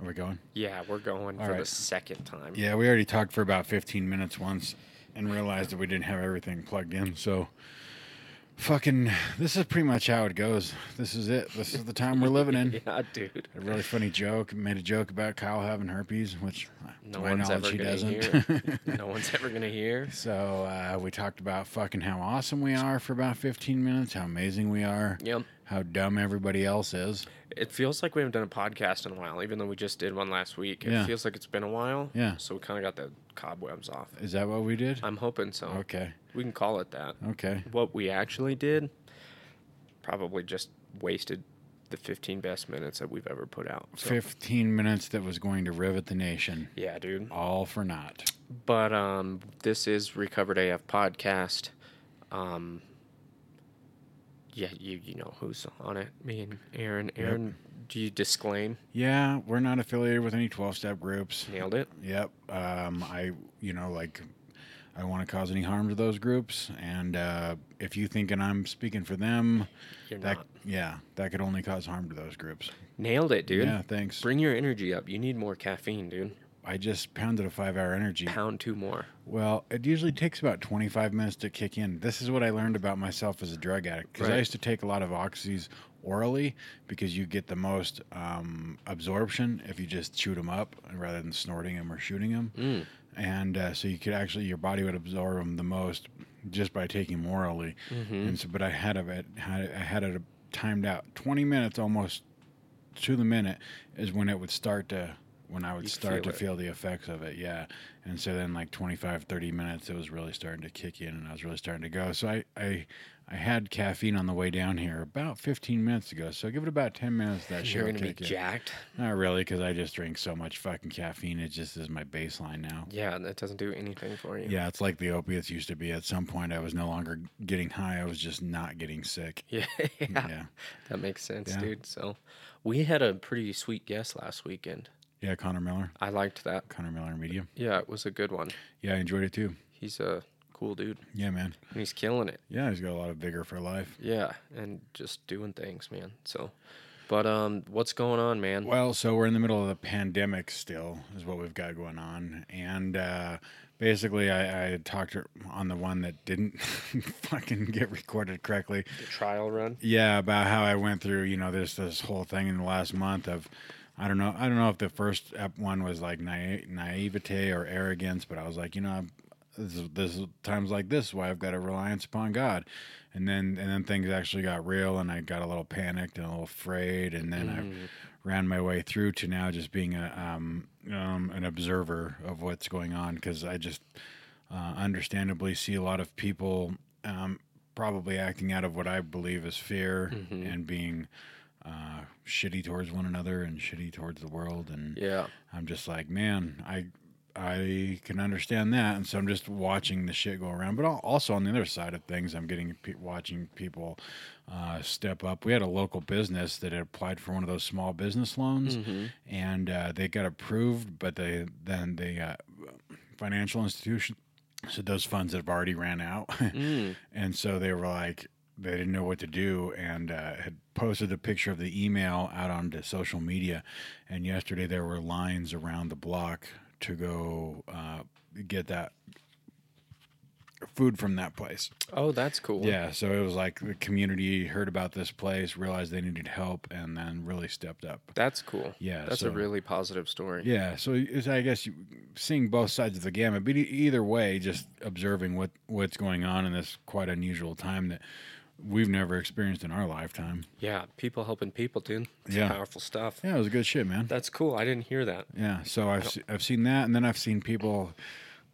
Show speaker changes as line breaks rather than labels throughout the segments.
Are we going?
Yeah, we're going
All
for the
right.
second time.
Yeah, we already talked for about 15 minutes once and realized that we didn't have everything plugged in. So, fucking, this is pretty much how it goes. This is it. This is the time we're living in.
Yeah, dude.
A really funny joke. Made a joke about Kyle having herpes, which to
No
my
one's
knowledge
ever
he
gonna
doesn't.
hear. no one's ever gonna hear.
So uh, we talked about fucking how awesome we are for about 15 minutes, how amazing we are,
Yep.
how dumb everybody else is.
It feels like we haven't done a podcast in a while, even though we just did one last week. It
Yeah.
feels like it's been a while.
Yeah.
So we kind of got the cobwebs off.
Is that what we did?
I'm hoping so.
Okay.
We can call it that.
Okay.
What we actually did, probably just wasted the 15 best minutes that we've ever put out. So,
15 minutes that was going to rivet the nation,
yeah, dude.
all for naught.
But um, this is Recovered AF podcast. Um, yeah, you you know who's on it? Me and Aaron. Aaron, do you disclaim?
Yeah, we're not affiliated with any 12 step groups.
Nailed it.
Yep. Um, I, you know, like, I don't want to cause any harm to those groups. And uh, if you thinking I'm speaking for them,
You're
that,
not.
yeah, that could only cause harm to those groups.
Nailed it, dude.
Yeah, thanks.
Bring your energy up. You need more caffeine, dude.
I just pounded a five hour energy.
Pound two more.
Well, it usually takes about 25 minutes to kick in. This is what I learned about myself as a drug addict because I
Right.
used to take a lot of oxys orally because you get the most um, absorption if you just chewed them up rather than snorting them or shooting them.
Mm.
And uh, so you could actually, your body would absorb them the most just by taking them orally.
Mm-hmm.
And so, but I had of it, had it- I had it timed out 20 minutes almost to the minute is when it would start to when I would
You
start
feel
to
it.
feel the effects of it. Yeah. And so then like 25, 30 minutes, it was really starting to kick in and I was really starting to go. So I, I, I had caffeine on the way down here about 15 minutes ago. So give it about 10 minutes. That shit
You're
will
gonna be
kick in.
jacked.
Not really. Cause I just drink so much fucking caffeine. It just is my baseline now.
Yeah, that doesn't do anything for you.
Yeah, it's like the opiates used to be. At some point, I was no longer getting high. I was just not getting sick.
Yeah,
Yeah.
that makes sense,
Yeah.
dude. So, we had a pretty sweet guest last weekend.
Yeah, Connor Miller.
I liked that.
Connor Miller Media.
Yeah, it was a good one.
Yeah, I enjoyed it too.
He's a cool dude,
Yeah, man.
and he's killing it.
Yeah, he's got a lot of vigor for life.
Yeah, and just doing things, man. So, but um, what's going on, man?
Well, so we're in the middle of the pandemic still, is what we've got going on. And uh, basically, I, I had talked to- on the one that didn't fucking get recorded correctly.
The trial run.
Yeah, about how I went through, you know, this this whole thing in the last month of, I don't know, I don't know if the first ep- one was like na- naivete or arrogance, but I was like, you know, I'm, this, is- this is- times like this is why I've got a reliance upon God, and then and then things actually got real, and I got a little panicked and a little afraid, and then I ran my way through to now just being a um, um an observer of what's going on because I just uh, understandably see a lot of people um, probably acting out of what I believe is fear
Mhm.
and being uh, shitty towards one another and shitty towards the world. And
Yeah,
I'm just like, man, I I can understand that. And so I'm just watching the shit go around. But al- also on the other side of things, I'm getting pe- watching people uh, step up. We had a local business that had applied for one of those small business loans
Mhm.
and uh, they got approved, but they then the uh, financial institution said those funds have already ran out,
Mm.
and so they were like they didn't know what to do and uh, had posted a picture of the email out onto social media, and yesterday there were lines around the block to go uh, get that food from that place.
Oh, that's cool.
Yeah, so it was like the community heard about this place, realized they needed help, and then really stepped up.
that's cool.
Yeah,
that's a
so-
really positive story.
yeah, so it's, I guess you, seeing both sides of the gamut, but e- either way, just observing what what's going on in this quite unusual time that we've never experienced in our lifetime.
Yeah, people helping people, dude. It's
Yeah.
powerful stuff.
Yeah, it was good shit, man.
That's cool. I didn't hear that.
Yeah, so I've se- I've seen that, and then I've seen people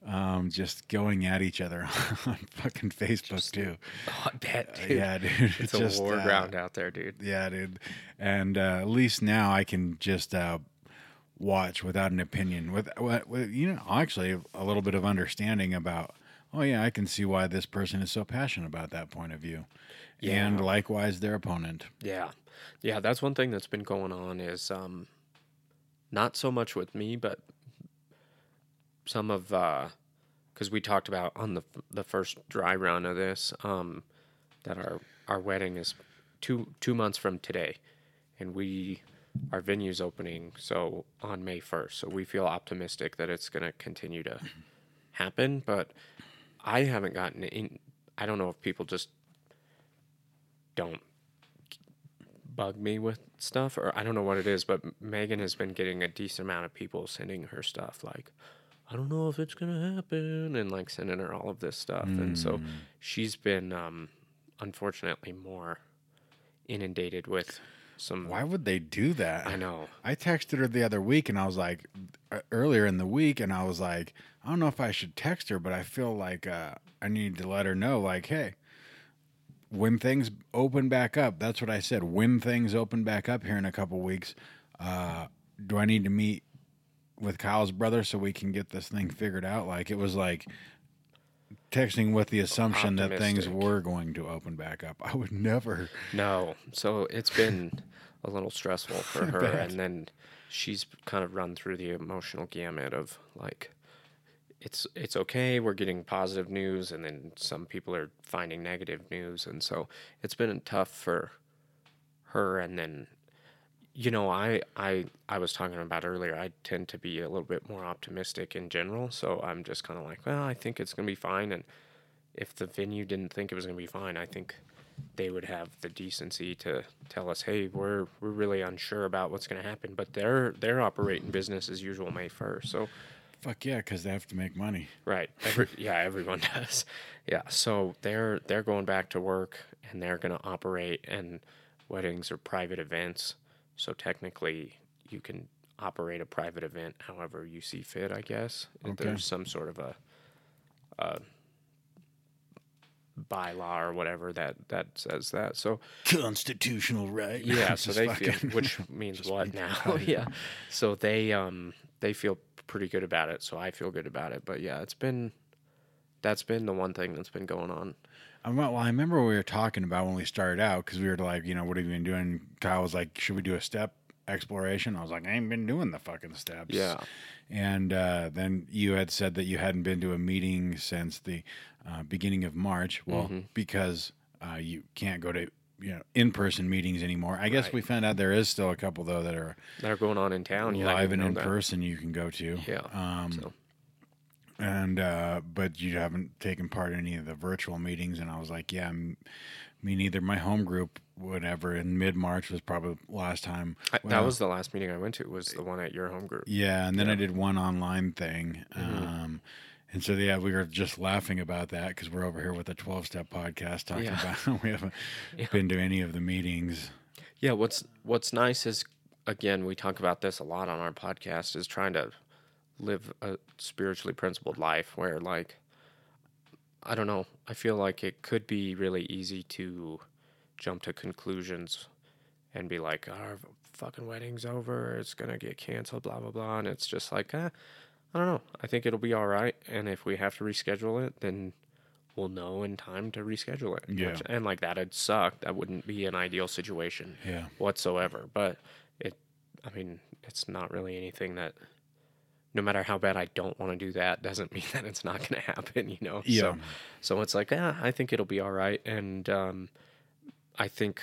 um, just going at each other on fucking Facebook too.
Oh, I bet, dude.
Uh, Yeah, dude,
It's
just,
a war
uh,
ground out there, dude.
Yeah, dude. And uh, at least now I can just uh, watch without an opinion. With, with, with you know, actually a little bit of understanding about. Oh yeah, I can see why this person is so passionate about that point of view, and
Yeah.
likewise their opponent.
Yeah. Yeah, that's one thing that's been going on is um not so much with me, but some of uh cuz we talked about on the the first dry run of this um that our our wedding is 2 2 months from today and we our venue's opening so on May 1st. So we feel optimistic that it's going to continue to happen, but I haven't gotten in I don't know if people just don't bug me with stuff or I don't know what it is, but Megan has been getting a decent amount of people sending her stuff like I don't know if it's going to happen and like sending her all of this stuff. And so she's been um unfortunately more inundated with some
Why would they do that?
I know.
I texted her the other week and I was like, uh, earlier in the week, and I was like, I don't know if I should text her, but I feel like uh, I need to let her know, like, hey, when things open back up, that's what I said. When things open back up here in a couple weeks, uh, do I need to meet with Kyle's brother so we can get this thing figured out? Like, it was like texting with the assumption that things
Optimistic.
were going to open back up. I would never.
No. So it's been a little stressful for her. And then she's kind of run through the emotional gamut of like, it's it's okay. We're getting positive news, and then some people are finding negative news, and so it's been tough for her. And then, you know, I I I was talking about earlier. I tend to be a little bit more optimistic in general, so I'm just kind of like, well, I think it's gonna be fine. And if the venue didn't think it was gonna be fine, I think they would have the decency to tell us, hey, we're we're really unsure about what's gonna happen. But they're they're operating business as usual May first, so.
Fuck yeah, because they have to make money.
Right. Every, yeah, everyone does. Yeah. So they're they're going back to work and they're going to operate and weddings are private events. So technically you can operate a private event however you see fit, I guess. If
Okay.
There's some sort of a, a bylaw or whatever that that says that. So
Constitutional right.
yeah, so
Just
they
fucking-
feel which means what now? yeah. So they um they feel pretty good about it, so I feel good about it. But yeah, it's been that's been the one thing that's been going on.
I remember, well, I remember what we were talking about when we started out because we were like, you know, what have you been doing? Kyle was like, should we do a step exploration? I was like, I ain't been doing the fucking steps.
Yeah.
And uh, then you had said that you hadn't been to a meeting since the uh, beginning of March. Well,
Mm-hmm.
because uh, you can't go to you know in-person meetings anymore. I guess we found out there is still a couple though that are
That are going on in town. Yeah, I
live
didn't
and
know
in
that.
person you can go to.
Yeah.
Um,
so,
and uh, but you haven't taken part in any of the virtual meetings and i was like yeah m- me neither my home group whatever in mid-march was probably last time
I, that
Well,
was the last meeting I went to was the one at your home group.
yeah and then i did one online thing um and so yeah we were just laughing about that because we're over here with a 12-step podcast talking
Yeah.
about how we haven't been to any of the meetings
Yeah, what's what's nice is again we talk about this a lot on our podcast is trying to live a spiritually principled life where like I don't know, I feel like it could be really easy to jump to conclusions and be like our fucking wedding's over, it's going to get canceled blah blah blah and it's just like eh, I don't know. I think it'll be all right and if we have to reschedule it then we'll know in time to reschedule it.
Yeah.
Which- and like that'd suck. That wouldn't be an ideal situation
yeah
whatsoever. But it, I mean, it's not really anything that, no matter how bad I don't want to do that, doesn't mean that it's not going to happen, you know?
Yeah.
So, so it's like, yeah, I think it'll be all right. And um, I think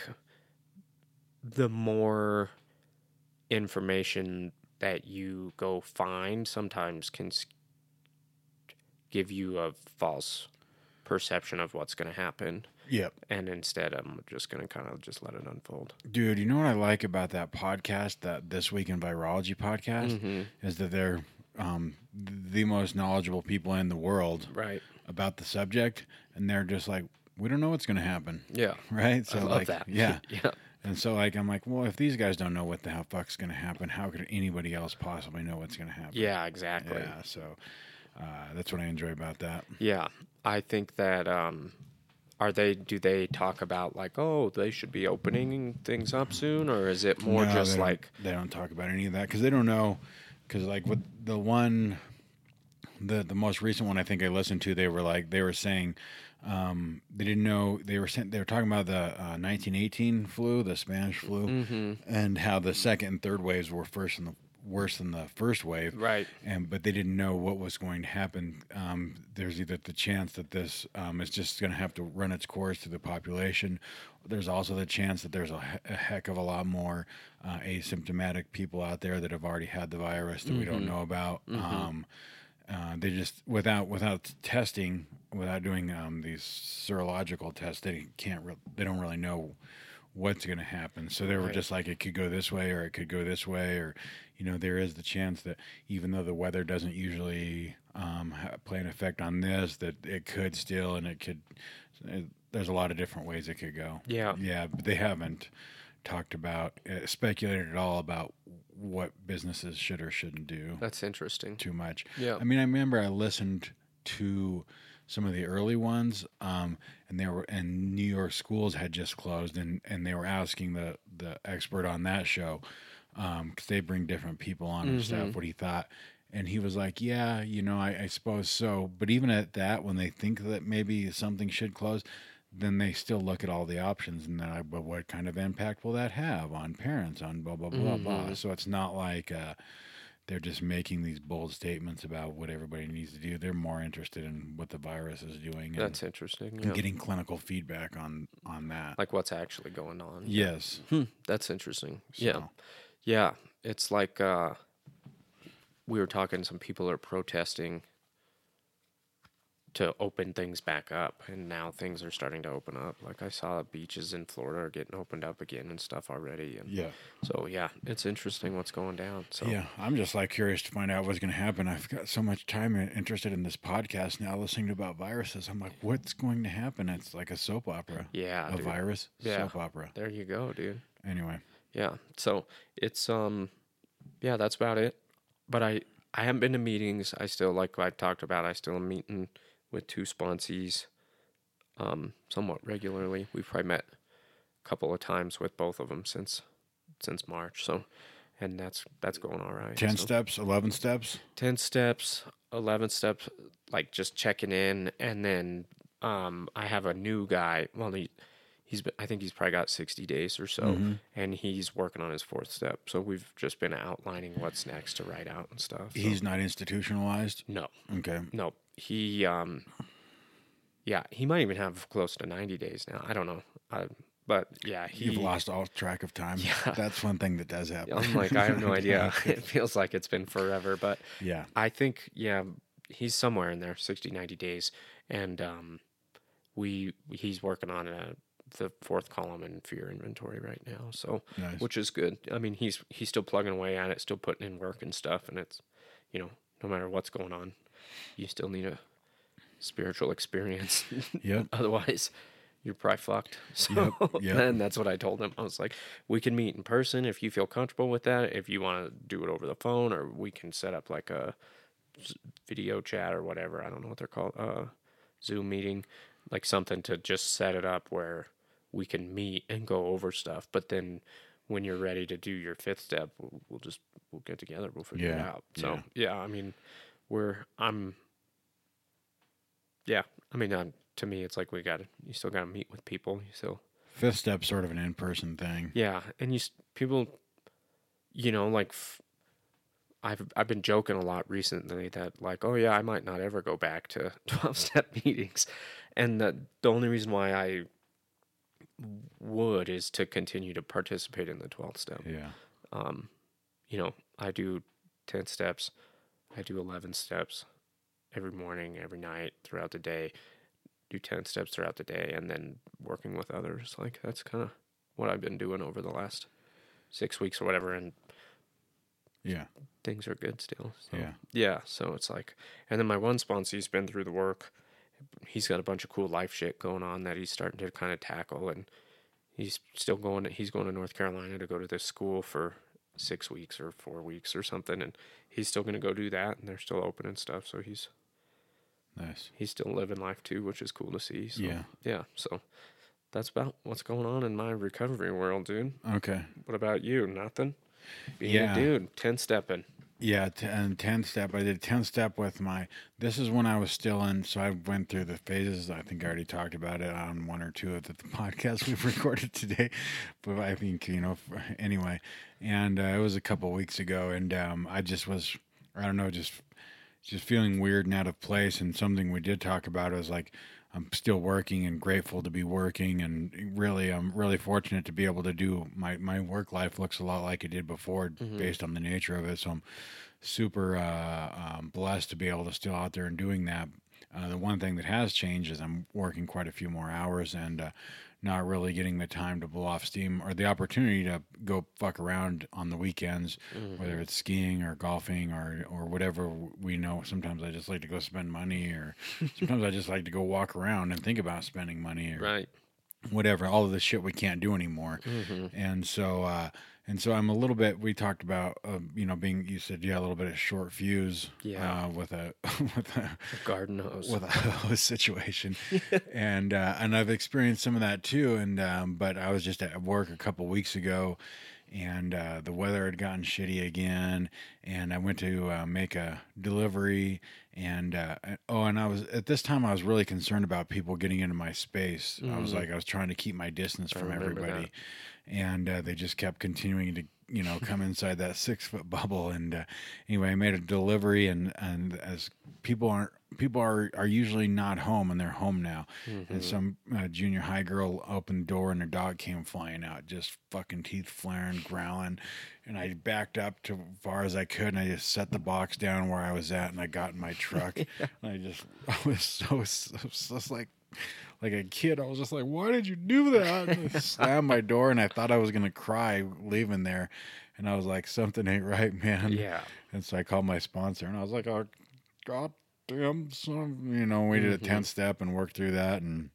the more information that you go find sometimes can s- give you a false perception of what's going to happen
yeah
and instead i'm just going to kind of just let it unfold
dude you know what i like about that podcast that this week in virology podcast
Mm. Mm-hmm.
is that they're um, the most knowledgeable people in the world
Right.
about the subject and they're just like we don't know what's going to happen
Yeah.
right so
I love
like
that.
yeah
yeah.
and so like i'm like well if these guys don't know what the hell fuck's going to happen how could anybody else possibly know what's going to happen
Yeah, exactly. Yeah.
yeah so uh, that's what i enjoy about that
I think that um are they do they talk about like, oh, they should be opening things up soon or is it more
No, they
just
don't-
like
they don't talk about any of that because they don't know because like with the one the the most recent one I think I listened to they were like they were saying um, they didn't know they were sent, they were talking about the uh,
Mm-hmm.
1918 flu the Spanish flu and how the second and third waves were first in the worse than the first wave.
Right.
And but they didn't know what was going to happen. Um, there's either the chance that this um, is just going to have to run its course through the population. There's also the chance that there's a, he- a heck of a lot more uh, asymptomatic people out there that have already had the virus that we don't know about. Um, uh, they just without without testing, without doing um, these serological tests, they can't. Re- they don't really know what's going to happen. So they were just like, it could go this way or it could go this way, or you know, there is the chance that even though the weather doesn't usually um, ha- play an effect on this, that it could still, and it could. It, there's a lot of different ways it could go.
Yeah.
Yeah, but they haven't talked about, uh, speculated at all about what businesses should or shouldn't do
That's interesting.
too much.
Yeah.
I mean, I remember I listened to some of the early ones, um, and they were and New York schools had just closed, and and they were asking the the expert on that show because they bring different people on and stuff. What he thought. And he was like, "Yeah, you know, I, I suppose so." But even at that, when they think that maybe something should close, then they still look at all the options and they're like, "But what kind of impact will that have on parents? On blah blah blah blah." So it's not like uh, they're just making these bold statements about what everybody needs to do. They're more interested in what the virus is doing and,
That's interesting.
and
Yeah.
getting clinical feedback on on that.
Like what's actually going on.
yes,
Hmm, that's interesting. Yeah.
So-
Yeah. It's like uh, we were talking, some people are protesting to open things back up, and now things are starting to open up. Like I saw beaches in Florida are getting opened up again and stuff already. And
yeah,
so, yeah, it's interesting what's going down. So,
yeah. I'm just like curious to find out what's going to happen. I've got so much time and interested in this podcast now, listening to about viruses. I'm like, what's going to happen? It's like a soap opera.
yeah
a
dude.
virus
Yeah.
soap opera.
There you go, dude.
Anyway,
Yeah. So it's um yeah, that's about it. But I I haven't been to meetings. I still like I've talked about I still am meeting with two sponsees um somewhat regularly. We've probably met a couple of times with both of them since since March. So and that's that's going all right.
ten
So,
steps, eleven steps.
10 steps, 11 steps like just checking in and then um I have a new guy. Well, he he's been, I think he's probably got 60 days or so
Mm-hmm.
and he's working on his fourth step. So we've just been outlining what's next to write out and stuff. so-
He's not institutionalized.
no.
Okay.
No. He um yeah, he might even have close to 90 days now. I don't know. I, but yeah, he
You've lost all track of time.
Yeah.
That's one thing that does happen.
I'm like I have no idea. it feels like it's been forever, but
yeah.
I think yeah, he's somewhere in there 60 90 days and um we he's working on a, the fourth column in fear inventory right now. So
Nice.
which is good. I mean, he's he's still plugging away at it, still putting in work and stuff, and it's, you know, no matter what's going on, you still need a spiritual experience.
Yep.
Otherwise, you're probably fucked. So,
Yep, yep.
and that's what I told him. I was like, we can meet in person if you feel comfortable with that. If you want to do it over the phone, or we can set up like a s- video chat or whatever. I don't know what they're called. Uh, Zoom meeting, like something to just set it up where we can meet and go over stuff. But then when you're ready to do your fifth step, we'll, we'll just we'll get together. We'll figure it
Yeah,
out. So yeah, I mean, we're I'm yeah. I mean, um, to me, it's like we got to you still got to meet with people. You still
Fifth step, sort of an in-person thing.
yeah, and you s- people, you know, like f- I've I've been joking a lot recently that like, oh yeah, I might not ever go back to twelve step meetings, and the the only reason why I would is to continue to participate in the twelve step.
Yeah.
Um, you know, I do ten steps, I do eleven steps every morning, every night, throughout the day. Do ten steps throughout the day, and then working with others. Like that's kind of what I've been doing over the last six weeks or whatever, and
Yeah.
things are good still. So.
Yeah.
Yeah. So it's like, and then my one sponsor, he's been through the work. He's got a bunch of cool life shit going on that he's starting to kind of tackle, and he's still going. He's going to North Carolina to go to this school for six weeks or four weeks or something, and he's still going to go do that. And they're still open and stuff, so he's
Nice.
he's still living life too, which is cool to see. So,
Yeah.
Yeah. So that's about what's going on in my recovery world, dude.
Okay.
What about you? Nothing. Being
Yeah.
a dude, ten stepping.
Yeah, t- and ten step. I did ten step with my. This is when I was still in. So I went through the phases. I think I already talked about it on one or two of the, the podcasts we've recorded today. But I think you know. f- Anyway, and uh, it was a couple weeks ago, and um, I just was. I don't know, just just feeling weird and out of place. And something we did talk about was like, I'm still working and grateful to be working. And really, I'm really fortunate to be able to do my, my work life looks a lot like it did before based on the nature of it. So I'm super uh, um, blessed to be able to still out there and doing that. Uh, the one thing that has changed is I'm working quite a few more hours and uh, not really getting the time to blow off steam or the opportunity to go fuck around on the weekends,
Mm-hmm.
whether it's skiing or golfing or or whatever we know. Sometimes I just like to go spend money, or sometimes I just like to go walk around and think about spending money or
Right.
whatever. All of the shit we can't do anymore
Mm-hmm.
and so uh and so i'm a little bit we talked about uh, you know being you said yeah a little bit of short fuse
Yeah.
uh, with a with a
Garden hose.
with a hose situation and uh and i've experienced some of that too and um but i was just at work a couple weeks ago and uh, the weather had gotten shitty again and i went to uh, make a delivery and uh, oh and i was at this time i was really concerned about people getting into my space i was
Mhm.
like i was trying to keep my distance
I
from
remember that.
everybody and uh, they just kept continuing to you know come inside that six foot bubble and uh, anyway i made a delivery and and as people aren't people are are usually not home and they're home now
Mm-hmm.
and some uh, junior high girl opened the door and her dog came flying out just fucking teeth flaring growling and i backed up to far as i could and i just set the box down where i was at and i got in my truck and i just i was so, so, so like like a kid, I was just like, "Why did you do that?" And I slammed my door, and I thought I was gonna cry leaving there, and I was like, "Something ain't right, man."
yeah.
And so I called my sponsor, and I was like, "Oh, goddamn, son," you know. We did a
Mhm.
tenth step and worked through that, and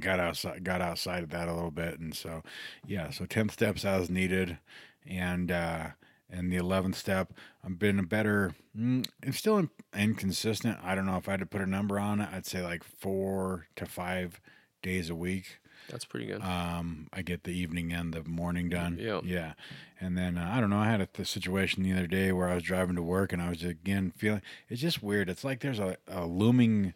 got outside got outside of that a little bit, and so yeah, so tenth steps as needed, and uh, and the eleventh step, I've been a better. Mm, it's still in, inconsistent. I don't know if I had to put a number on it. I'd say like four to five days a week.
That's pretty good.
Um, I get the evening and the morning done.
Yeah.
Yeah. And then uh, I don't know. I had a th- situation the other day where I was driving to work and I was again feeling it's just weird. It's like there's a, a looming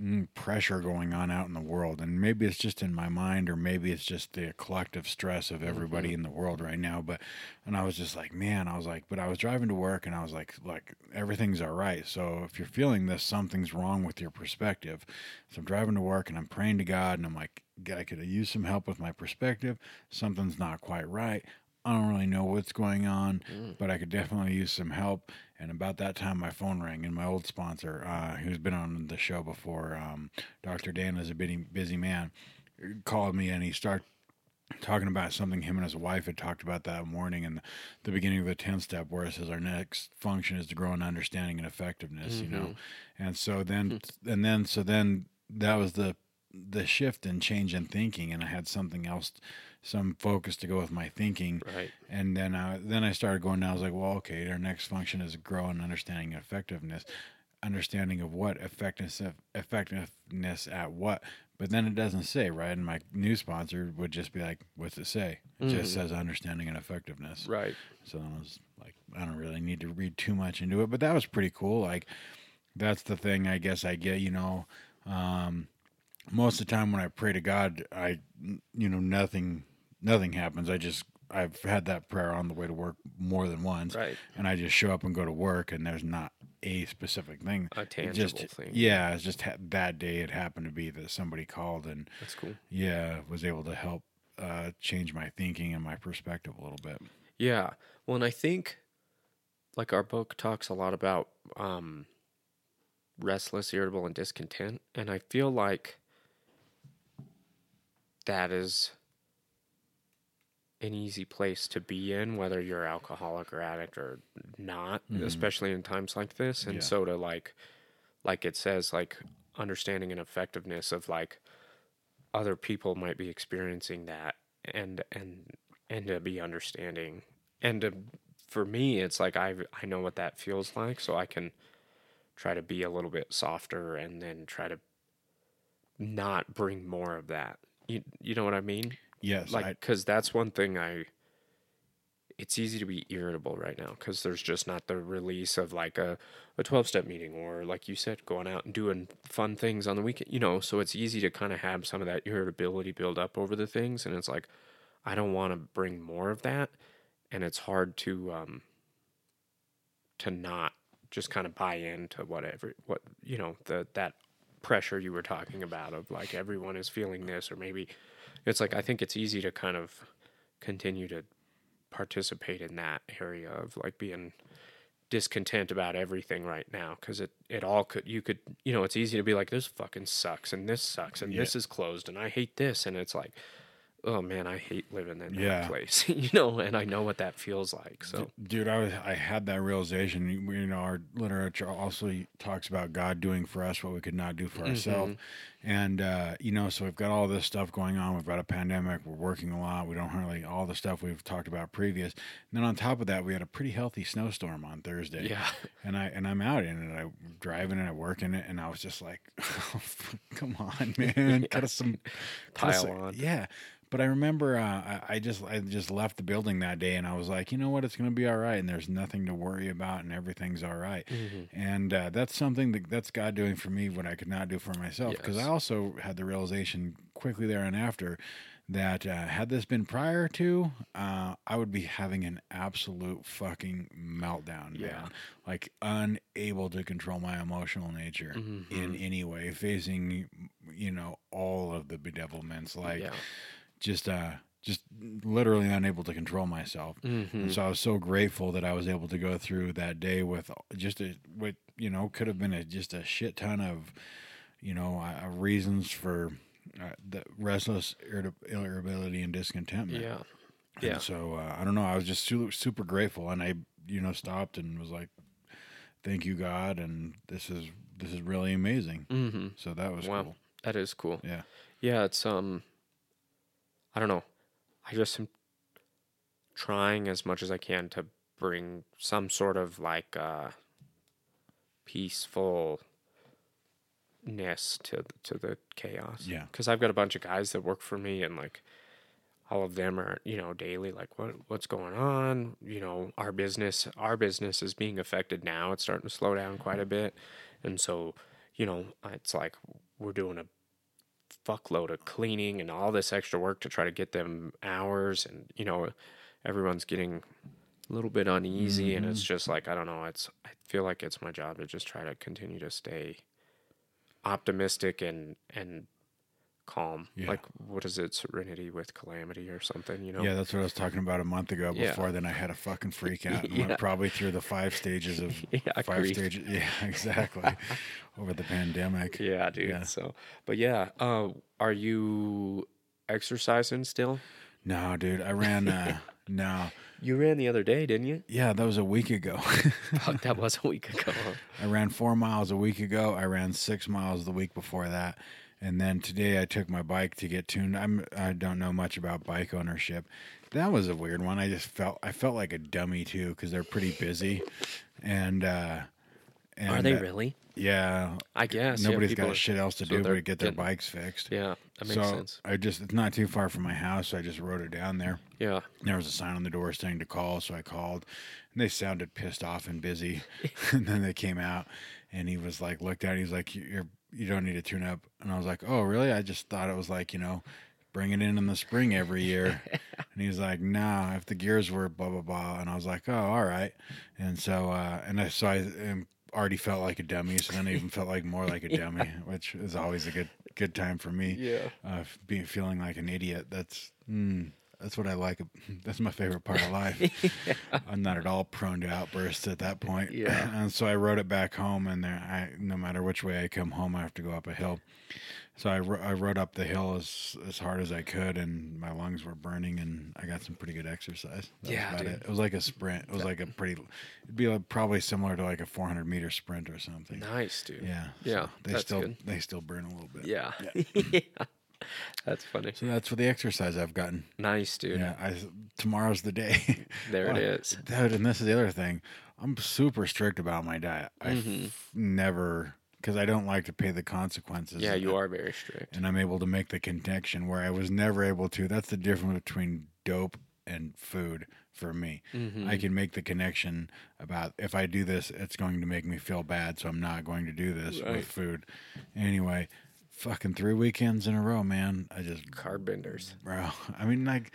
mm, pressure going on out in the world. And maybe it's just in my mind or maybe it's just the collective stress of everybody in the world right now. But, and I was just like, man, I was like, but I was driving to work and I was like, like, everything's all right. So if you're feeling this, something's wrong with your perspective. So I'm driving to work and I'm praying to God and I'm like, "God, I could use some help with my perspective. Something's not quite right. I don't really know what's going on,
Mm.
but I could definitely use some help. And about that time, my phone rang, and my old sponsor, uh, who's been on the show before, um, Dr. Dan is a busy, busy man, called me and he started talking about something him and his wife had talked about that morning in the beginning of the 10th step where it says our next function is to grow in understanding and effectiveness you
Mm-hmm.
know and so then and then so then that was the the shift and change in thinking and i had something else some focus to go with my thinking
Mm-hmm. Right.
and then I then I started going down. I was like, well, okay, our next function is grow an understanding of effectiveness, understanding of what effectiveness of effectiveness at what. But then it doesn't say right, and my new sponsor would just be like, what's it say? It just says understanding and effectiveness.
Right.
So I was like, I don't really need to read too much into it, but that was pretty cool. Like, that's the thing I guess I get, you know. Um, most of the time when I pray to God, I, you know, nothing, nothing happens. I just, I've had that prayer on the way to work more than once,
Right.
and I just show up and go to work, and there's not a specific thing.
A
It
tangible
just,
thing.
yeah, it's just ha- that day it happened to be that somebody called and
That's cool.
yeah, was able to help uh, change my thinking and my perspective a little bit.
Yeah. Well, and I think like our book talks a lot about um, restless, irritable, and discontent. And I feel like that is an easy place to be in, whether you're alcoholic or addict or not,
Mhm.
especially in times like this. And
Yeah.
so to like, like it says, like understanding and effectiveness of like other people might be experiencing that and, and, and to be understanding and to, for me, it's like I I know what that feels like, so I can try to be a little bit softer and then try to not bring more of that. You you know what I mean?
Yes,
like
I,
because that's one thing I it's easy to be irritable right now because there's just not the release of like a, a 12 step meeting or like you said going out and doing fun things on the weekend you know so it's easy to kind of have some of that irritability build up over the things and it's like i don't want to bring more of that and it's hard to um to not just kind of buy into whatever what you know the that pressure you were talking about of like everyone is feeling this or maybe it's like i think it's easy to kind of continue to participate in that area of like being discontent about everything right now because it it all could you could you know it's easy to be like this fucking sucks and this sucks and
Yeah.
this is closed and i hate this and it's like oh man i hate living in
Yeah.
that place you know and i know what that feels like so
Dude, I was, I had that realization. You, you know, our literature also talks about God doing for us what we could not do for
Mm-hmm.
ourselves, and uh, you know, so we've got all this stuff going on. We've got a pandemic. We're working a lot. We don't really all the stuff we've talked about previous. And then on top of that, we had a pretty healthy snowstorm on Thursday.
yeah
And I and I'm out in it. I'm driving and I work in it, and I was just like, "Oh, "Come on, man, cut us some
Pile
Plus, like,
on.
Yeah. But I remember uh, I, I just I just left the building that day and I was like, you know what, it's gonna be all right, and there's nothing to worry about, and everything's all right.
Mm-hmm.
And uh, that's something that that's God doing for me what I could not do for myself because
Yes.
I also had the realization quickly there and after that uh, had this been prior to, uh, I would be having an absolute fucking meltdown,
Yeah.
man. Like unable to control my emotional nature
Mm-hmm.
in any way, facing you know all of the bedevilments, like
yeah
just uh just literally unable to control myself.
hmm
And so I was so grateful that I was able to go through that day with just a what you know could have been a, just a shit ton of you know uh, reasons for uh, the restless irrit- irritability and discontentment.
yeah
And
yeah
so uh, I don't know. I was just su- super grateful, and I you know stopped and was like, "Thank you, God," and this is this is really amazing.
hmm
So that was
Wow.
cool.
that is cool
Yeah.
Yeah, it's um I don't know. I just am trying as much as I can to bring some sort of like uh peacefulness to th- to the chaos.
Yeah.
Cuz I've got a bunch of guys that work for me and like all of them are, you know, daily like what what's going on? You know, our business our business is being affected now. It's starting to slow down quite a bit. And so, you know, it's like we're doing a fuckload of cleaning and all this extra work to try to get them hours and you know everyone's getting a little bit uneasy and
Mm-hmm.
it's just like i don't know it's i feel like it's my job to just try to continue to stay optimistic and and calm
Yeah.
like what is it serenity with calamity or something you know
Yeah, that's what I was talking about a month ago.
Yeah.
Before then, I had a fucking freak out and
Yeah.
went probably through the five stages of
Yeah,
five
grief.
stages. Yeah, exactly. Over the pandemic.
yeah dude
Yeah.
so but yeah uh are you exercising still
No, dude, I ran. Uh, no,
you ran the other day didn't you
yeah, that was a week ago.
Fuck, that was a week ago huh?
I ran four miles a week ago. I ran six miles the week before that. And then today I took my bike to get tuned. I'm I don't know much about bike ownership. That was a weird one. I just felt I felt like a dummy too because they're pretty busy, and uh, and
are they
uh,
really
Yeah,
I guess yeah,
nobody's
people
got
are-
shit else to
so
do but
they're
get their
getting-
bikes fixed.
Yeah, that makes
so
sense.
I just it's not too far from my house, so I just wrote it down there.
Yeah,
There was a sign on the door saying to call, so I called, and they sounded pissed off and busy. and then they came out, and he was like, looked at, it, he was like, "You're you don't need to tune up," and I was like, "Oh, really? I just thought it was like you know." Bring it in in the spring every year, and he was like, "Nah, if the gears were blah blah blah," and I was like, "Oh, all right." And so, uh, and I, so I um, already felt like a dummy. So then I even felt like more like a dummy, which is always a good good time for me.
Yeah.
uh, f- being feeling like an idiot. That's mm, that's what I like. That's my favorite part of life. I'm not at all prone to outbursts at that point.
Yeah.
and so I rode it back home, and there, I no matter which way I come home, I have to go up a hill. So I, ro- I rode up the hill as as hard as I could, and my lungs were burning, and I got some pretty good exercise. That was
Yeah,
about
dude.
it. It was like a sprint. It was like a pretty. It'd be like, probably similar to like a 400 meter sprint or something.
nice, dude.
Yeah.
Yeah,
they
that's
still
good.
they still burn a little bit.
yeah, That's funny.
So that's for the exercise I've gotten.
Nice, dude.
Yeah. I, tomorrow's the day.
There it
Well,
is.
Dude, and this is the other thing. I'm super strict about my diet. I
Mm-hmm.
f- never because I don't like to pay the consequences.
Yeah, you are very strict.
and I'm able to make the connection where I was never able to. That's the difference between dope and food. for me.
Mhm.
I can make the connection about if I do this, it's going to make me feel bad, so I'm not going to do this
Right.
with food. Anyway, fucking three weekends in a row, man. I just,
Carb benders.
bro. I mean, like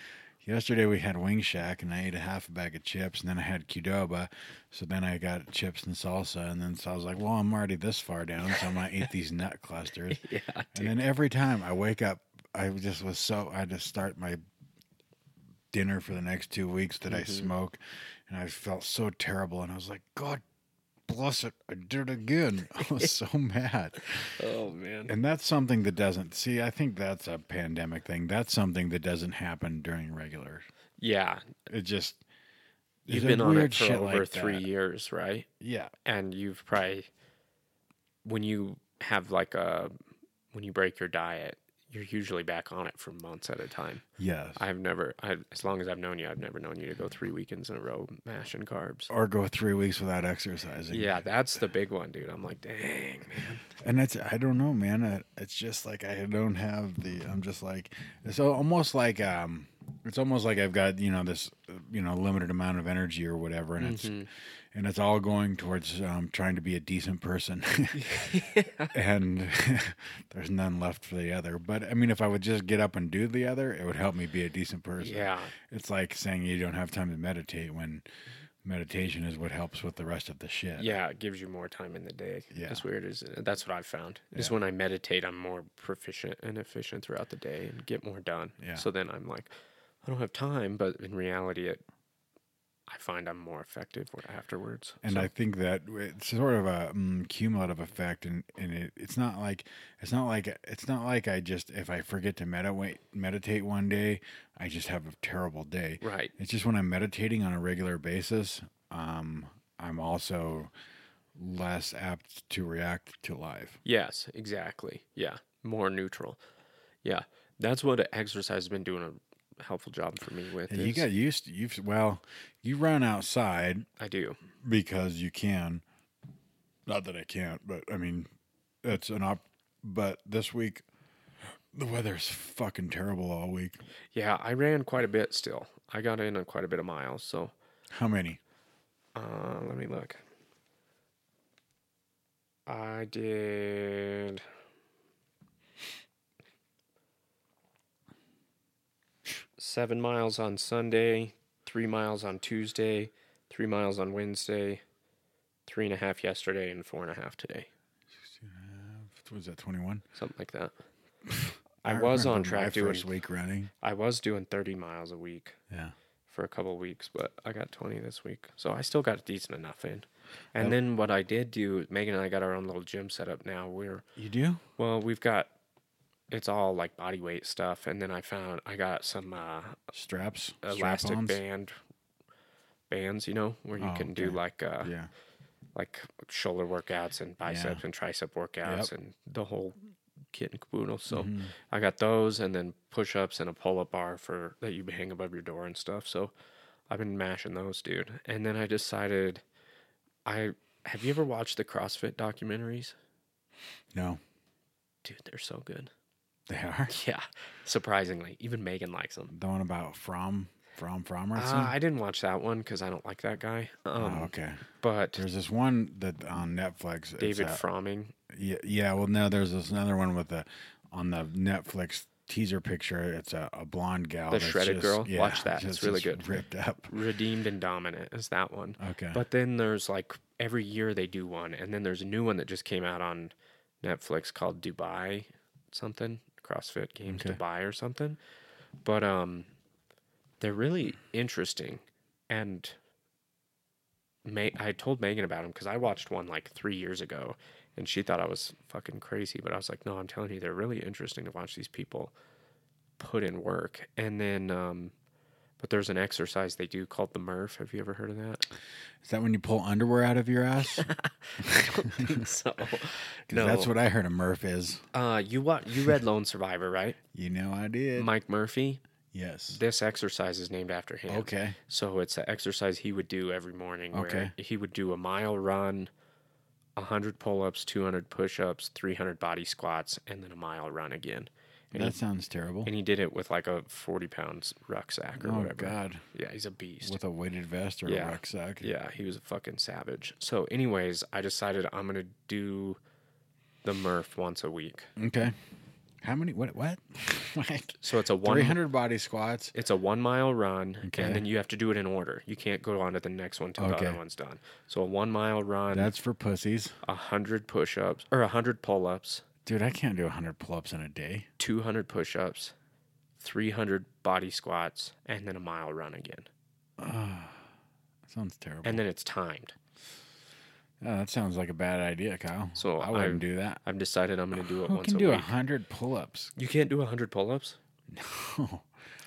yesterday we had Wing Shack, and I ate a half a bag of chips, and then I had Qdoba. So then I got chips and salsa, and then so I was like, well, I'm already this far down, so I'm gonna eat these nut clusters.
Yeah,
And
dude.
then every time I wake up, I just was so I had to start my dinner for the next two weeks that I
Mhm.
smoke, and I felt so terrible. And I was like, God bless it, I did it again. I was so mad.
Oh man.
And that's something that doesn't see. I think that's a pandemic thing. That's something that doesn't happen during regular.
Yeah,
It just
you've
there's
been
a
on
weird
it for
shit
over
like
three
that.
years, right?
Yeah,
And you've probably when you have like a when you break your diet, you're usually back on it for months at a time.
yes.
I've never, I, as long as I've known you, I've never known you to go three weekends in a row mashing carbs.
or go three weeks without exercising.
Yeah, that's the big one, dude. I'm like, dang, man.
And it's I don't know, man. I- It's just like I don't have the. I'm just like it's al- almost like um, it's almost like I've got you know this uh, you know limited amount of energy or whatever, and it's
Mm-hmm.
and it's all going towards um, trying to be a decent person,
Mm-hmm.
and there's none left for the other. But I mean, if I would just get up and do the other, it would help me be a decent person.
Yeah,
It's like saying you don't have time to meditate when meditation is what helps with the rest of the shit.
yeah, it gives you more time in the day.
Yeah.
as weird as it, that's what I've found is
Yeah.
when I meditate, I'm more proficient and efficient throughout the day and get more done.
Yeah.
So then I'm like, I don't have time, but in reality, it I find I'm more effective afterwards.
And
So-
I think that it's sort of a mm, cumulative effect, and, and it, it's not like it's not like it's not like I just if I forget to meditate meditate one day, I just have a terrible day.
right,
It's just when I'm meditating on a regular basis, um, I'm also less apt to react to life.
yes, exactly. Yeah, more neutral. Yeah, that's what exercise has been doing a helpful job for me with.
And you
is-
got used to you've well, you run outside
I do.
because you can. Not that I can't, but I mean, it's an op. But this week, the weather's fucking terrible all week.
Yeah, I ran quite a bit still. I got in on quite a bit of miles. So
How many?
uh, let me look. I did. Seven miles on Sunday, three miles on Tuesday, three miles on Wednesday, three and a half yesterday, and four and a half today.
Was that twenty one?
Something like that. I was on track
my
doing.
first week running.
I was doing 30 miles a week.
Yeah,
for a couple weeks, but I got 20 this week. So I still got decent enough in. And
Oh.
then what I did do, Megan and I got our own little gym set up now. We're,
you do.
well, we've got, it's all like body weight stuff. And then I found, I got some uh,
Straps,
elastic
strap-ons?
band bands, you know, where you
Oh,
can do
okay.
like, uh,
Yeah,
like shoulder workouts and biceps and tricep workouts and the whole kit and caboodle. So
Mm-hmm.
I got those and then push ups and a pull up bar for that you hang above your door and stuff. So I've been mashing those, dude. And then I decided I have you ever watched the CrossFit documentaries?
no,
Dude, they're so good.
they are
Yeah, surprisingly, even Megan likes them.
the one about From From From or
Uh, I didn't watch that one because I don't like that guy. Um,
oh, okay.
But
There's this one that on Netflix. it's
David
a-
Froming,
Yeah, yeah. Well, no, there's this another one with the on the Netflix teaser picture. It's a, a blonde gal.
The
that's
shredded
just-
girl? Watch that. It's really
just
good.
Ripped up.
Redeemed and Dominant is that one.
Okay.
But then there's like every year they do one, and then there's a new one that just came out on Netflix called Dubai something CrossFit Games
Okay.
Dubai or something. But um, they're really interesting, and May I told Megan about them because I watched one like three years ago, and she thought I was fucking crazy. But I was like, no, I'm telling you, they're really interesting to watch these people put in work, and then um. But there's an exercise they do called the Murph. Have you ever heard of that?
Is that when you pull underwear out of your ass? 'Cause
I don't think so. No,
That's what I heard a Murph is.
uh, you what you read Lone Survivor, right?
You know I did.
Mike Murphy.
yes.
This exercise is named after him.
Okay.
So it's an exercise he would do every morning. Where
Okay.
He would do a mile run, hundred pull-ups, two hundred push-ups, three hundred body squats, and then a mile run again. And
that
he,
sounds terrible.
and he did it with like a forty pounds rucksack or
oh
whatever.
God,
Yeah, he's a beast.
with a weighted vest or
Yeah.
a rucksack.
Yeah, he was a fucking savage. So, anyways, I decided I'm gonna do the Murph once a week.
Okay. How many? What? What? like
So it's a
three
one.
hundred body squats.
It's a one mile run,
Okay.
and then you have to do it in order. You can't go on to the next one till the
Okay.
other one's done. So a one mile run,
That's for pussies,
a hundred push ups or a hundred pull ups,
dude. I can't do hundred pull-ups in a day.
two hundred push ups, three hundred body squats, and then a mile run again.
Sounds terrible.
And then it's timed.
Oh, that sounds like a bad idea, Kyle.
So
I
I-
wouldn't do that.
I've decided I'm gonna do it
Who
once
can
a
do a
week.
hundred pull-ups?
You can't do a hundred pull ups.
Oh,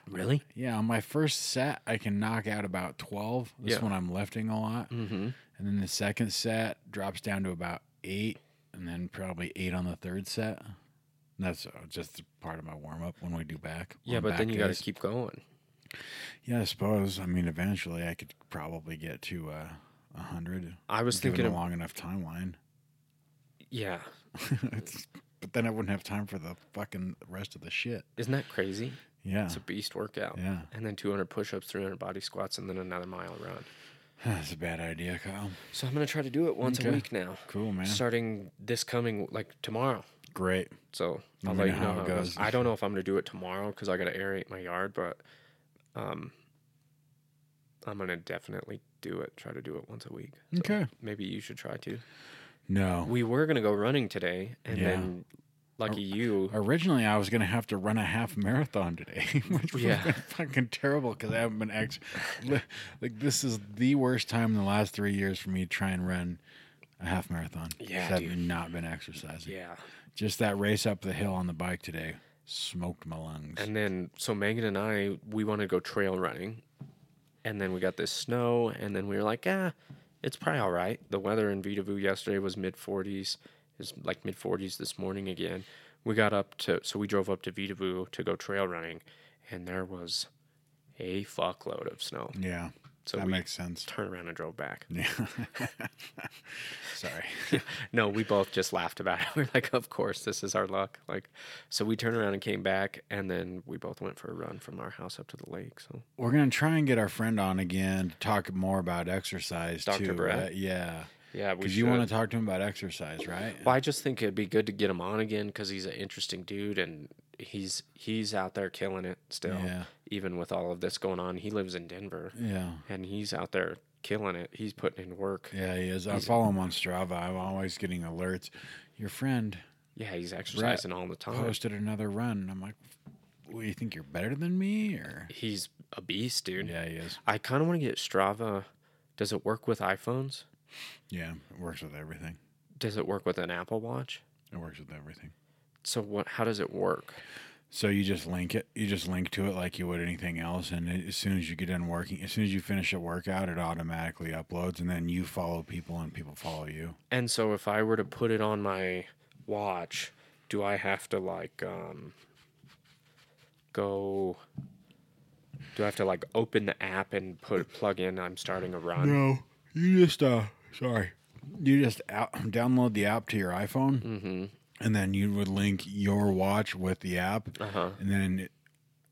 Really?
yeah, on my first set, I can knock out about twelve. This
Yeah.
one I'm lifting a lot,
Mm-hmm.
and then the second set drops down to about eight, and then probably eight on the third set. That's uh, just part of my warm-up when we do back.
Yeah,
on
but then
back
you got to
days.
keep going.
Yeah, I suppose. I mean, eventually I could probably get to uh, 100.
I was
given
thinking
a
of
long enough timeline.
yeah.
It's- but then I wouldn't have time for the fucking rest of the shit.
Isn't that crazy?
Yeah.
It's a beast workout.
Yeah.
And then 200 push-ups, 300 body squats, and then another mile run.
That's a bad idea, Kyle.
So I'm gonna try to do it once
Okay.
a week now,
Cool, man.
starting this coming like tomorrow.
Great.
So
Let
I'll
me
let
know
you know
how
how,
it
it goes.
goes.
I don't know if I'm gonna do it tomorrow because I gotta aerate my yard, but um, I'm gonna definitely do it. Try to do it once a week. So
Okay.
Maybe you should try to.
No.
We were gonna go running today, and
Yeah.
then lucky you.
Originally, I was going to have to run a half marathon today, which would
Yeah.
have been fucking terrible because I haven't been ex. li- like, this is the worst time in the last three years for me to try and run a half marathon. 'cause
Yeah,
I've
dude.
not been exercising.
Yeah.
Just that race up the hill on the bike today smoked my lungs.
And then, so Megan and I, we wanted to go trail running. And then we got this snow, and then we were like, ah, it's probably all right. The weather in Vitavu yesterday was mid 40s. It's like mid 40s this morning again. We got up to, so we drove up to Vitavu to go trail running, and there was a fuckload of snow.
yeah,
So
Mm, that
we
makes sense.
turned around and drove back.
Yeah. Sorry.
no, we both just laughed about it. We're like, of course, this is our luck. Like, so we turned around and came back, and then we both went for a run from our house up to the lake. So
We're gonna try and get our friend on again to talk more about exercise
Dr.
too.
Brett?
right? yeah,
yeah, we
because you want to talk to him about exercise, right?
Well, I just think it'd be good to get him on again because he's an interesting dude, and he's he's out there killing it still,
Yeah.
even with all of this going on. He lives in Denver,
Yeah,
and he's out there killing it. He's putting in work. Yeah,
yeah, he is. I follow him on Strava. I'm always getting alerts. Your friend
he's exercising all the time.
posted another run. I'm like, well, you think you're better than me, or?
He's a beast, dude.
Yeah, he is.
I kind of want to get Strava. Does it work with iPhones?
Yeah, it works with everything.
Does it work with an Apple Watch?
It works with everything.
So what? How does it work?
So you just link it. You just link to it like you would anything else, and it- as soon as you get done working, as soon as you finish a workout, it automatically uploads, and then you follow people, and people follow you.
And so if I were to put it on my watch, do I have to like um go do I have to like open the app and put plug in I'm starting a run?
No, you just uh, sorry, you just out, download the app to your iPhone,
Mhm.
and then you would link your watch with the app,
Uh-huh.
and then it-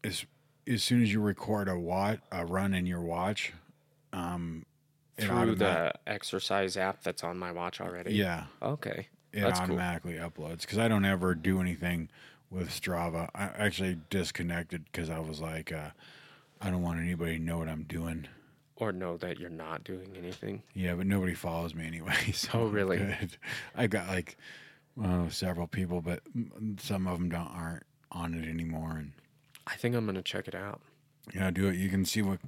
as as soon as you record a watch a run in your watch, um, it
Through
automa-
the exercise app that's on my watch already.
yeah,
Okay.
it
That's cool.
automatically uploads because I don't ever do anything with Strava. I actually disconnected because I was like, uh, I don't want anybody to know what I'm doing.
Or know that you're not doing anything.
Yeah, but nobody follows me anyway. So
Oh,
I'm
really?
good. I've got like well, several people, but m- some of them don't aren't on it anymore. And
I think I'm gonna check it out.
you know, do it. You can see what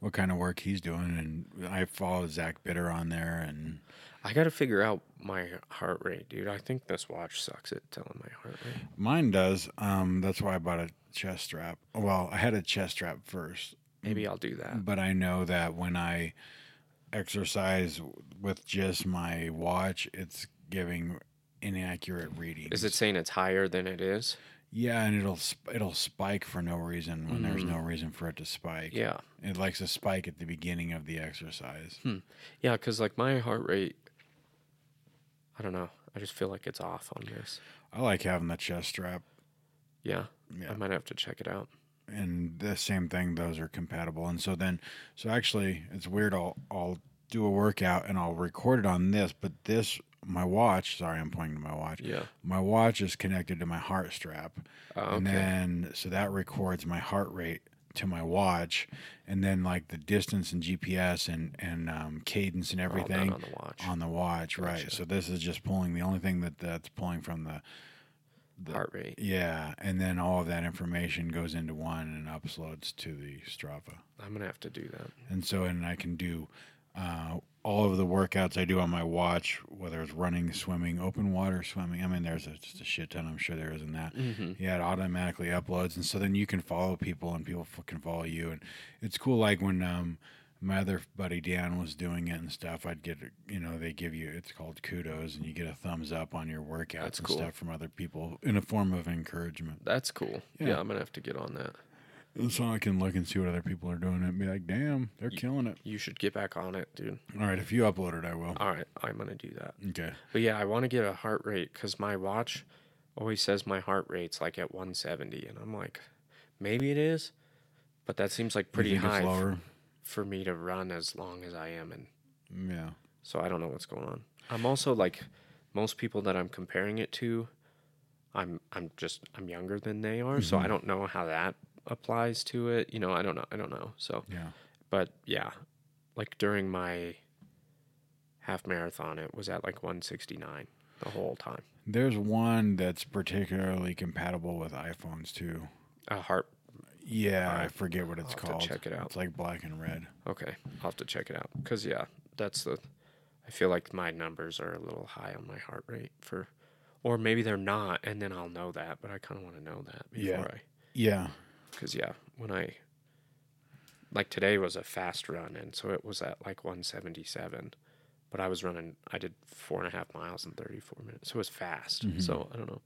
what kind of work he's doing, and I follow Zach Bitter on there, and
I gotta figure out my heart rate, dude. I think this watch sucks at telling my heart rate.
mine does. Um, that's why I bought a chest strap. Well, I had a chest strap first.
Maybe I'll do that.
but I know that when I exercise with just my watch, it's giving inaccurate readings.
Is it saying it's higher than it is?
Yeah, and it'll sp- it'll spike for no reason when there's no reason for it to spike.
Mm. Yeah.
It likes to spike at the beginning of the exercise.
Yeah, because like my heart rate, I don't know. I just feel like it's off on this.
I like having the chest strap.
Yeah,
Yeah.
I might have to check it out.
and the same thing those are compatible and so then so actually it's weird i'll i'll do a workout and i'll record it on this but this my watch sorry i'm pointing to my watch
Yeah.
my watch is connected to my heart strap
Oh,
and
okay.
then so that records my heart rate to my watch and then like the distance and gps and and um, cadence and
All done
everything
on the watch.
on the watch right
Gotcha.
so this is just pulling the only thing that that's pulling from the
Heart rate.
yeah, and then all of that information goes into one and uploads to the Strava.
I'm gonna have to do that.
And so, and I can do uh, all of the workouts I do on my watch, whether it's running, swimming, open water swimming. I mean, there's a, just a shit ton I'm sure there is in that.
Mm-hmm.
Yeah, it automatically uploads, and so then you can follow people, and people f- can follow you, and it's cool. Like when um, my other buddy Dan was doing it and stuff, I'd get you know they give you it's called kudos, and you get a thumbs up on your workouts
That's
and
cool.
stuff from other people in a form of encouragement.
That's cool.
Yeah.
Yeah. I'm gonna have to get on that.
And so I can look and see what other people are doing and be like, damn, they're killing it.
You should get back on it, dude.
All right, if you upload it, I will.
All right, I'm gonna do that.
Okay.
But yeah, I want to get a heart rate because my watch always says my heart rate's like at 170, and I'm like, maybe it is, but that seems like pretty
you think
high
It's
f-
lower.
for me to run as long as I am, and
Yeah.
so I don't know what's going on. I'm also like most people that I'm comparing it to, I'm I'm just I'm younger than they are, so I don't know how that applies to it. You know, I don't know. I don't know. So,
Yeah.
but yeah, like during my half marathon, it was at like 169 the whole time.
There's one that's particularly compatible with iPhones too.
A heart.
Yeah,
All right.
I forget what it's
I'll have to
called.
check it out.
It's like black and red.
Okay, I'll have to check it out. Cause yeah, that's the. I feel like my numbers are a little high on my heart rate for, or maybe they're not, and then I'll know that. But I kind of want to know that before
Yeah.
I.
Yeah.
Cause yeah, when I. Like today was a fast run, and so it was at like 177, but I was running. I did four and a half miles in 34 minutes, so it was fast. So I don't know.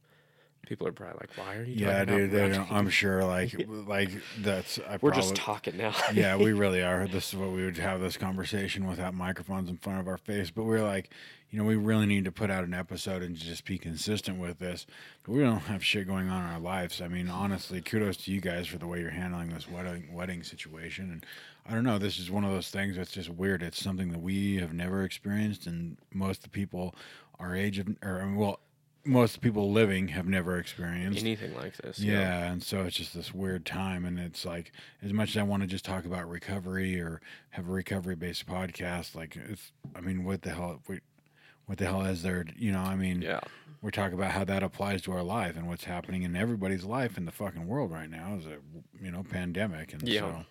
People are probably like, "Why are you?"
Mm-hmm. Yeah,
talking
dude.
about
They
running?"
don't, I'm sure. Like, like that's. I
We're
probably,
just talking now.
yeah, we really are. This is what we would have this conversation without microphones in front of our face. But we're like, you know, we really need to put out an episode and just be consistent with this. But we don't have shit going on in our lives. I mean, honestly, kudos to you guys for the way you're handling this wedding wedding situation. And I don't know, this is one of those things that's just weird. It's something that we have never experienced, and most of the people our age of, or well, most of the people living have never experienced.
Anything like this. you know?
Yeah, and so it's just this weird time, and it's like as much as I want to just talk about recovery or have a recovery-based podcast, like it's, I mean, what the hell, we, what the hell is there? You know, I mean,
Yeah.
we're talking about how that applies to our life and what's happening in everybody's life in the fucking world right now is a, you know, pandemic, and
Yeah. Uh.
so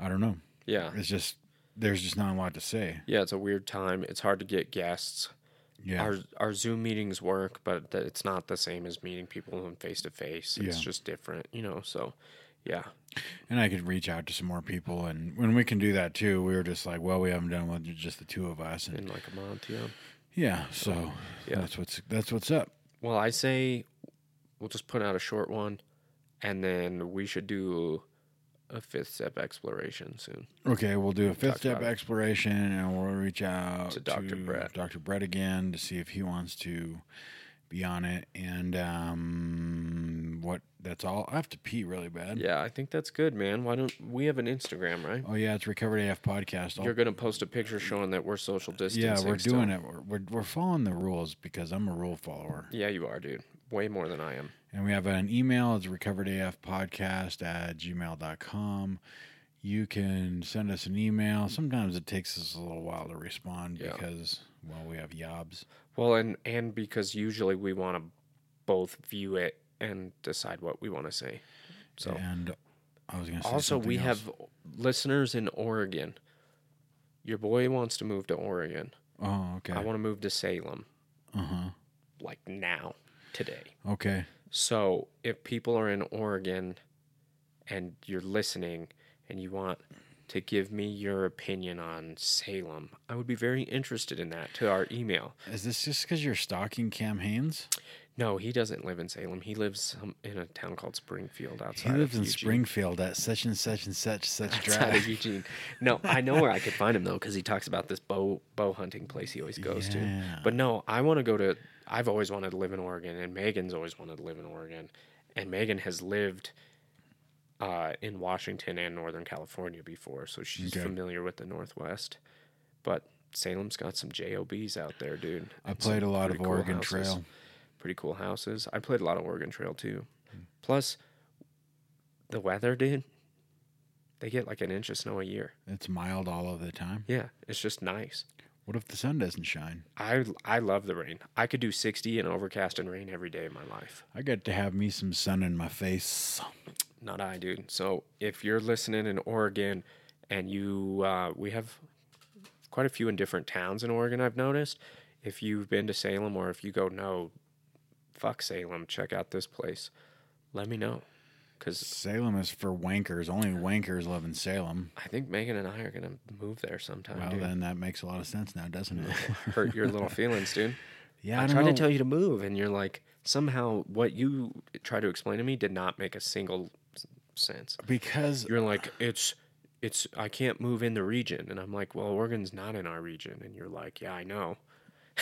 I don't know.
Yeah.
It's just there's just not a lot to say.
Yeah, it's a weird time. It's hard to get guests.
Yeah,
Our our Zoom meetings work, but th- it's not the same as meeting people in face to face. It's
Yeah.
just different, you know. So, yeah,
and I could reach out to some more people, and when we can do that too, we were just like, well, we haven't done one just the two of us, and
in like a month, yeah.
Yeah, so
Yeah.
that's what's that's what's up.
Well, I say we'll just put out a short one, and then we should do a fifth step exploration soon.
Okay, we'll do a fifth step
about it.
exploration, and we'll reach out
To Dr. Brett.
Dr. Brett again to see if he wants to be on it. And um, what? That's all. I have to pee really bad.
Yeah, I think that's good, man. Why don't we have an Instagram, right?
Oh yeah, it's Recovered AF podcast. I'll-
You're gonna post a picture showing that we're social distancing.
yeah, we're
still.
doing it. We're, we're we're following the rules because I'm a rule follower.
Yeah, you are, dude. Way more than I am.
And we have an email. It's recoveredafpodcast at gmail.com. You can send us an email. Sometimes it takes us a little while to respond
Yeah.
because, well, we have yobs.
Well, and and because usually we want to both view it and decide what we want to say. So
And I was going to say,
also we
something else.
have listeners in Oregon. Your boy wants to move to Oregon.
Oh, okay.
I want to move to Salem
Uh huh.
like now, today.
Okay.
So if people are in Oregon and you're listening and you want to give me your opinion on Salem, I would be very interested in that to our email.
Is this just because you're stalking Cam Haynes?
No, he doesn't live in Salem. He lives um, in a town called Springfield
He
outside.
lives
of
in
Eugene.
Springfield at such and such and such such
Outside of
drive.
Eugene. No, I know where I could find him though, because he talks about this bow bow hunting place he always goes
Yeah.
to. But no, I want to go to. I've always wanted to live in Oregon, and Megan's always wanted to live in Oregon, and Megan has lived uh, in Washington and Northern California before, so she's
Okay.
familiar with the Northwest. But Salem's got some jobs out there, dude.
I
and some
played a lot
pretty
of
cool
Oregon
houses.
Trail.
Pretty cool houses. I played a lot of Oregon Trail too. Plus, the weather, dude. They get like an inch of snow a year.
It's mild all of the time.
Yeah, it's just nice.
What if the sun doesn't shine?
I I love the rain. I could do 60 and overcast and rain every day of my life.
I got to have me some sun in my face.
Not I, dude. So if you're listening in Oregon, and you, uh, we have quite a few in different towns in Oregon. I've noticed. If you've been to Salem, or if you go, no, fuck Salem. Check out this place. Let me know, because
Salem is for wankers. Only wankers live in Salem.
I think Megan and I are gonna move there sometime.
Well,
dude.
then that makes a lot of sense now, doesn't it?
Hurt your little feelings, dude.
yeah, I,
I,
don't
tried
know.
to tell you to move, and you're like, somehow what you tried to explain to me did not make a single s- sense.
because
You're like, it's, it's, I can't move in the region, and I'm like, well, Oregon's not in our region, and you're like, yeah, I know.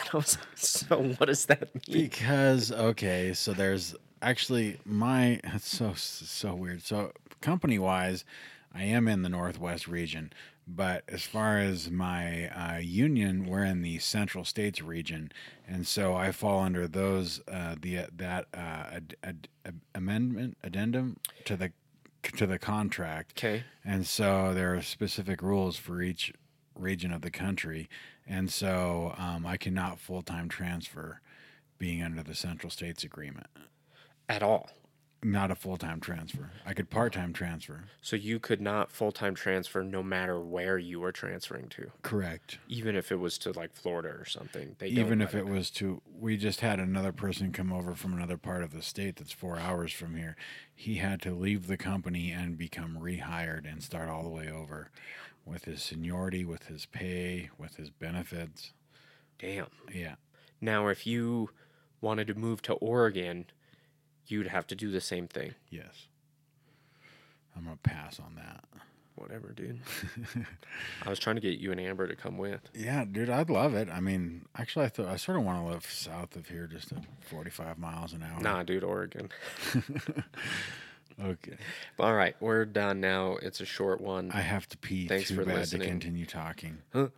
And I was like, so what does that mean?
Because okay, so there's actually my that's so so weird. So company wise, I am in the northwest region, but as far as my uh, union, we're in the central states region, and so I fall under those uh, the that uh, ad, ad, ad- amendment addendum to the to the contract.
Okay,
And so there are specific rules for each region of the country. And so um, I cannot full time transfer being under the Central States Agreement.
at all.
Not a full time transfer. I could part time transfer.
So you could not full time transfer no matter where you were transferring to,
Correct.
even if it was to like Florida or something. They don't
Even
let
if it was to, we just had another person come over from another part of the state that's four hours from here. He had to leave the company and become rehired and start all the way over with his seniority, with his pay, with his benefits.
damn.
Yeah.
Now, if you wanted to move to Oregon, you'd have to do the same thing.
Yes. I'm gonna pass on that.
Whatever, dude. I was trying to get you and Amber to come with.
Yeah, dude, I'd love it. I mean, actually, I thought I sort of want to live south of here, just at 45 miles an hour.
Nah, dude, Oregon.
Okay.
All right, we're done now. It's a short one.
I have to pee
Thanks
too
for
bad
listening.
to continue talking.
Huh?